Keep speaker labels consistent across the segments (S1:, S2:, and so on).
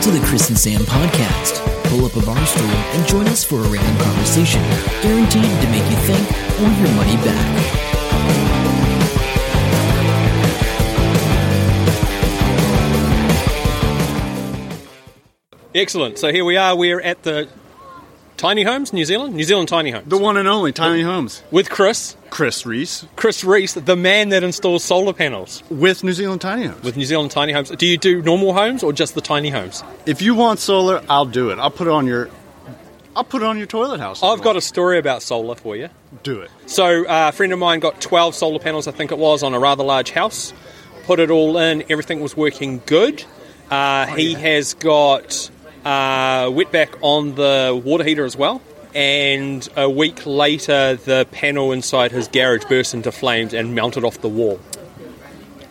S1: to the Chris and Sam podcast. Pull up a bar stool and join us for a random conversation, guaranteed to make you think or your money back.
S2: Excellent. So here we are. We're at the Tiny Homes, New Zealand. New Zealand Tiny Homes.
S3: The one and only Tiny Homes,
S2: With Chris,
S3: Chris Reese,
S2: Chris Reese, the man that installs solar panels
S3: with New Zealand Tiny Homes.
S2: with New Zealand Tiny Homes. Do you do normal homes or just the tiny homes?
S3: If you want solar, I'll do it. I'll put it on your, I'll put it on your toilet house.
S2: I've got a story about solar for you.
S3: do it.
S2: So uh, a friend of mine got 12 solar panels, I think it was, on a rather large house. Put it all in. Everything was working good. Uh, he has got uh, wetback on the water heater as well. And a week later, the panel inside his garage burst into flames and mounted off the wall.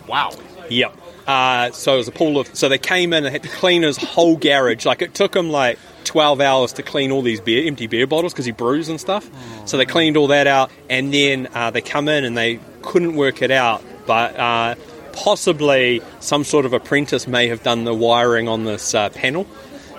S3: Wow.
S2: Yep. Uh, so it was a pool of. So they came in and had to clean his whole garage. Like it took him like 12 hours to clean all these beer, empty beer bottles because he brews and stuff. so they cleaned all that out, and then uh, they come in and they couldn't work it out, but. Uh, Possibly some sort of apprentice may have done the wiring on this uh, panel,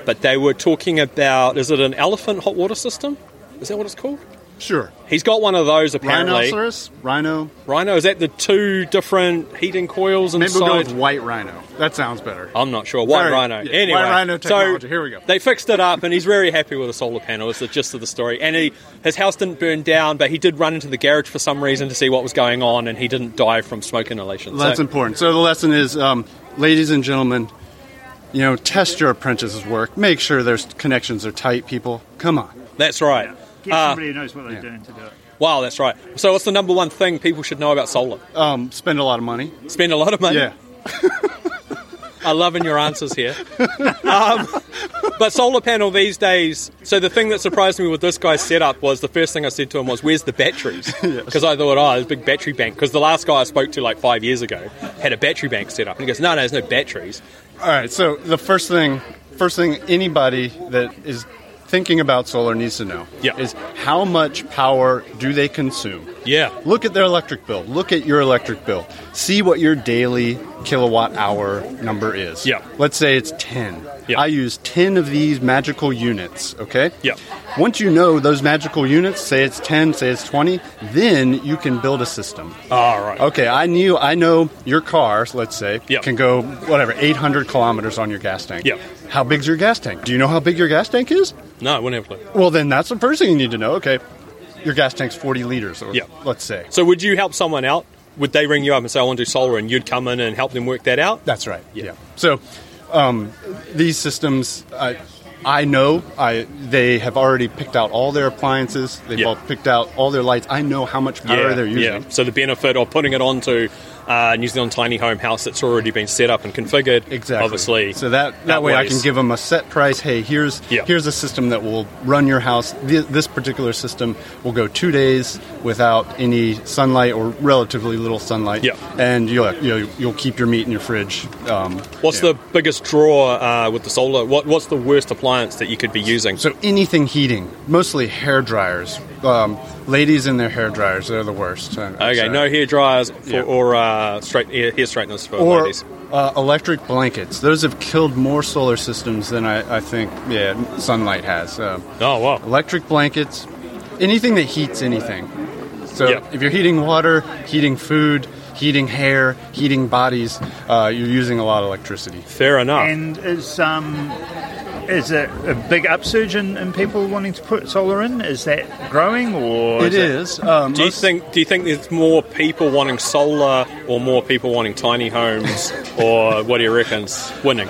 S2: but they were talking about is it an elephant hot water system? Is that what it's called?
S3: Sure.
S2: He's got one of those apparently.
S3: Rhinoceros, rhino.
S2: Rhino is that the two different heating coils
S3: Maybe
S2: inside?
S3: we'll go with white rhino. That sounds better.
S2: I'm not sure. White
S3: Sorry.
S2: Rhino.
S3: Yeah,
S2: Anyway,
S3: White Rhino technology.
S2: So
S3: Here we go.
S2: They fixed it up, and he's very happy with the solar panel. Is the gist of the story. And he, his house didn't burn down, but he did run into the garage for some reason to see what was going on, and he didn't die from smoke inhalation.
S3: That's
S2: so,
S3: important. So the lesson is, um, ladies and gentlemen, you know, test your apprentices' work. Make sure their connections are tight. People, come on.
S2: that's right.
S4: Get somebody who knows what they're doing to do it.
S2: Wow, that's right. So, what's the number one thing people should know about solar?
S3: Um, spend a lot of money.
S2: Spend a lot of money.
S3: Yeah.
S2: I'm loving your answers here. Um, but solar panel these days. So the thing that surprised me with this guy's setup was the first thing I said to him was, "Where's the batteries?" Because I thought, "Oh, there's a big battery bank." Because the last guy I spoke to like five years ago had a battery bank set up, and he goes, "No, no, there's no batteries."
S3: All right. So the first thing, first thing anybody that is thinking about solar needs to know
S2: Yeah.
S3: is how much power do they consume?
S2: Yeah.
S3: Look at their electric bill. Look at your electric bill. See what your daily kilowatt hour number is.
S2: Yeah.
S3: Let's say it's 10.
S2: Yeah.
S3: I use 10 of these magical units, okay?
S2: Yeah.
S3: Once you know those magical units, say it's 10, say it's 20, then you can build a system.
S2: All right.
S3: Okay, I knew I know your car, let's say,
S2: Yep.
S3: can go whatever 800 kilometers on your gas tank.
S2: Yep.
S3: How big's your gas tank? Do you know how big your gas tank is?
S2: No, I wouldn't have a clue.
S3: Well, then that's the first thing you need to know. Okay, your gas tank's 40 liters, or
S2: Yep.
S3: let's say.
S2: So would you help someone out? Would they ring you up and say, "I want to do solar," and you'd come in and help them work that out?
S3: That's right.
S2: Yeah.
S3: Yeah. So um, these systems, I, I know I they have already picked out all their appliances. They've
S2: Yeah.
S3: all picked out all their lights. I know how much power they're using.
S2: So the benefit of putting it onto uh, New Zealand tiny home house that's already been set up and configured.
S3: Exactly.
S2: Obviously.
S3: So that that, way I can
S2: outweighs-
S3: give them a set price. Hey, here's
S2: Yeah.
S3: here's a system that will run your house. Th- This particular system will go two days without any sunlight or relatively little sunlight.
S2: Yeah.
S3: And you'll you'll, you'll keep your meat in your fridge. Um,
S2: What's
S3: yeah.
S2: the biggest draw uh, with the solar? What, what's the worst appliance that you could be using?
S3: so anything heating, mostly hair dryers. Um, ladies and their hair dryers, they're the worst. I'm- I'm
S2: okay,
S3: sorry.
S2: no hair dryers for,
S3: Yeah.
S2: or uh, straight hair, hair straighteners for
S3: or
S2: ladies.
S3: uh, electric blankets. Those have killed more solar systems than I, I think yeah sunlight has. Um,
S2: Oh wow,
S3: electric blankets, anything that heats anything. So
S2: Yep.
S3: if you're heating water, heating food, heating hair, heating bodies, uh, you're using a lot of electricity.
S2: fair enough.
S4: And is um, is it a big upsurge in, in people wanting to put solar in? Is that growing or
S3: It is. Um,
S2: do you
S3: most-
S2: think? Do you think there's more people wanting solar, or more people wanting tiny homes, or what do you reckon's winning?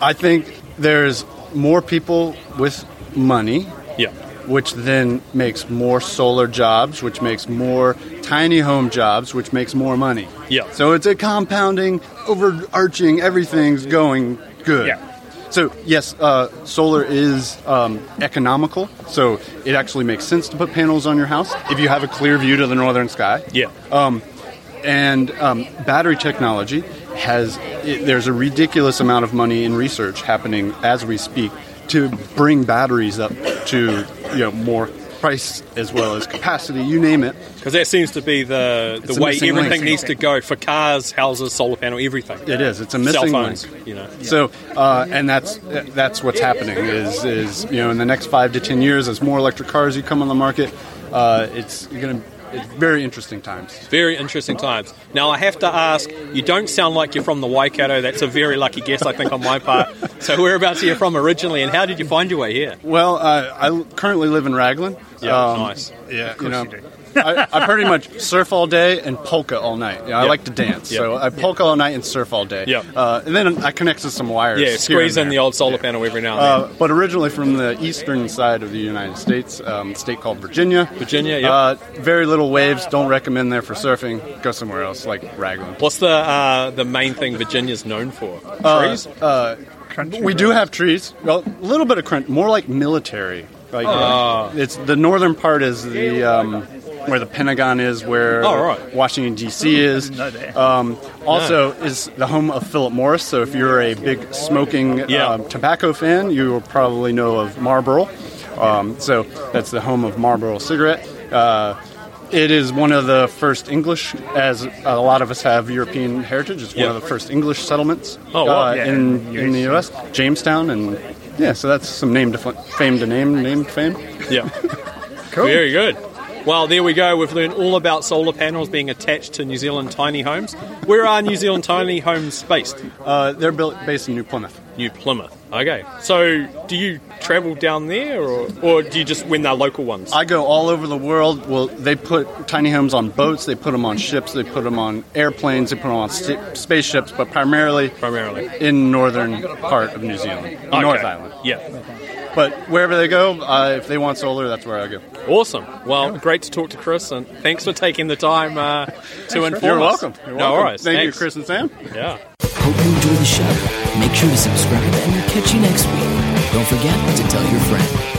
S3: I think there's more people with money,
S2: Yeah,
S3: which then makes more solar jobs, which makes more tiny home jobs, which makes more money.
S2: Yeah.
S3: So it's a compounding, overarching, everything's going good.
S4: Yeah.
S3: So yes, uh, solar is um, economical. So it actually makes sense to put panels on your house if you have a clear view to the northern sky.
S2: yeah.
S3: Um, and um, battery technology has it, there's a ridiculous amount of money in research happening as we speak to bring batteries up to you know more price as well as capacity, you name it.
S2: Because that seems to be the,
S3: It's
S2: the
S3: a
S2: way
S3: missing
S2: everything
S3: link.
S2: needs to go for cars, houses, solar panel, everything.
S3: It is. It's a
S2: Cell
S3: missing
S2: phones,
S3: link.
S2: you know.
S3: So, uh, and that's that's what's happening is is you know in the next five to ten years, as more electric cars you come on the market, uh, it's going to it's very interesting times.
S2: Very interesting times. Now, I have to ask, you don't sound like you're from the Waikato. That's a very lucky guess, I think, on my part. So, whereabouts are you from originally, and how did you find your way here?
S3: Well, uh, I l- currently live in Raglan. Um,
S2: Yeah, nice.
S3: Yeah, you
S4: course
S3: know,
S4: you do.
S3: I, I pretty much surf all day and polka all night. Yeah, I
S2: Yep.
S3: like to dance,
S2: Yep.
S3: so I polka all night and surf all day.
S2: Yep.
S3: Uh, and then I connect to some wires.
S2: Yeah,
S3: here
S2: squeeze
S3: and
S2: in the
S3: there.
S2: old solar panel every now and then.
S3: Uh, but originally from the eastern side of the United States, um, a state called Virginia.
S2: Virginia, yeah.
S3: Uh, very little waves. Don't recommend there for surfing. Go somewhere else, like Raglan.
S2: What's the uh, the main thing Virginia's known for?
S3: Uh,
S2: Trees.
S3: uh,
S4: Country
S3: we do
S4: roads.
S3: have trees. Well, a little bit of crunch. More like military. Like
S2: Ah.
S3: uh, it's the northern part is the um, where the Pentagon is, where
S2: Oh, right.
S3: Washington D.C. is.
S4: didn't know that.
S3: Um, also, is the home of Philip Morris. So if you're a big smoking
S2: Yeah.
S3: um, tobacco fan, you will probably know of Marlboro. Um, so that's the home of Marlboro cigarette. Uh, it is one of the first English, as a lot of us have European heritage. It's one
S2: Yeah.
S3: of the first English settlements
S2: Oh, wow.
S3: uh,
S4: Yeah,
S3: in,
S4: in the
S3: in the U.S. Jamestown, and yeah, so that's some name to fl- fame to name, name to fame.
S2: yeah,
S4: Cool.
S2: very good. Well, there we go. We've learned all about solar panels being attached to New Zealand tiny homes. Where are New Zealand tiny homes based?
S3: Uh, they're built based in New Plymouth.
S2: New Plymouth. Okay. So, do you travel down there, or, or do you just win their local ones?
S3: I go all over the world. Well, they put tiny homes on boats, they put them on ships, they put them on airplanes, they put them on sta- spaceships, but primarily
S2: Primarily.
S3: in northern part of New Zealand,
S2: Okay.
S3: North Island.
S2: Yeah.
S3: But wherever they go, uh, if they want solar, that's where I go.
S2: Awesome. Well, great to talk to Chris, and thanks for taking the time uh, to inform
S3: You're
S2: us.
S3: welcome. You're
S2: No
S3: welcome.
S2: worries.
S3: Thank
S2: Thanks.
S3: you, Chris and Sam.
S2: Yeah.
S1: Hope you enjoy the show. Make sure to subscribe and we'll catch you next week. Don't forget to tell your friend.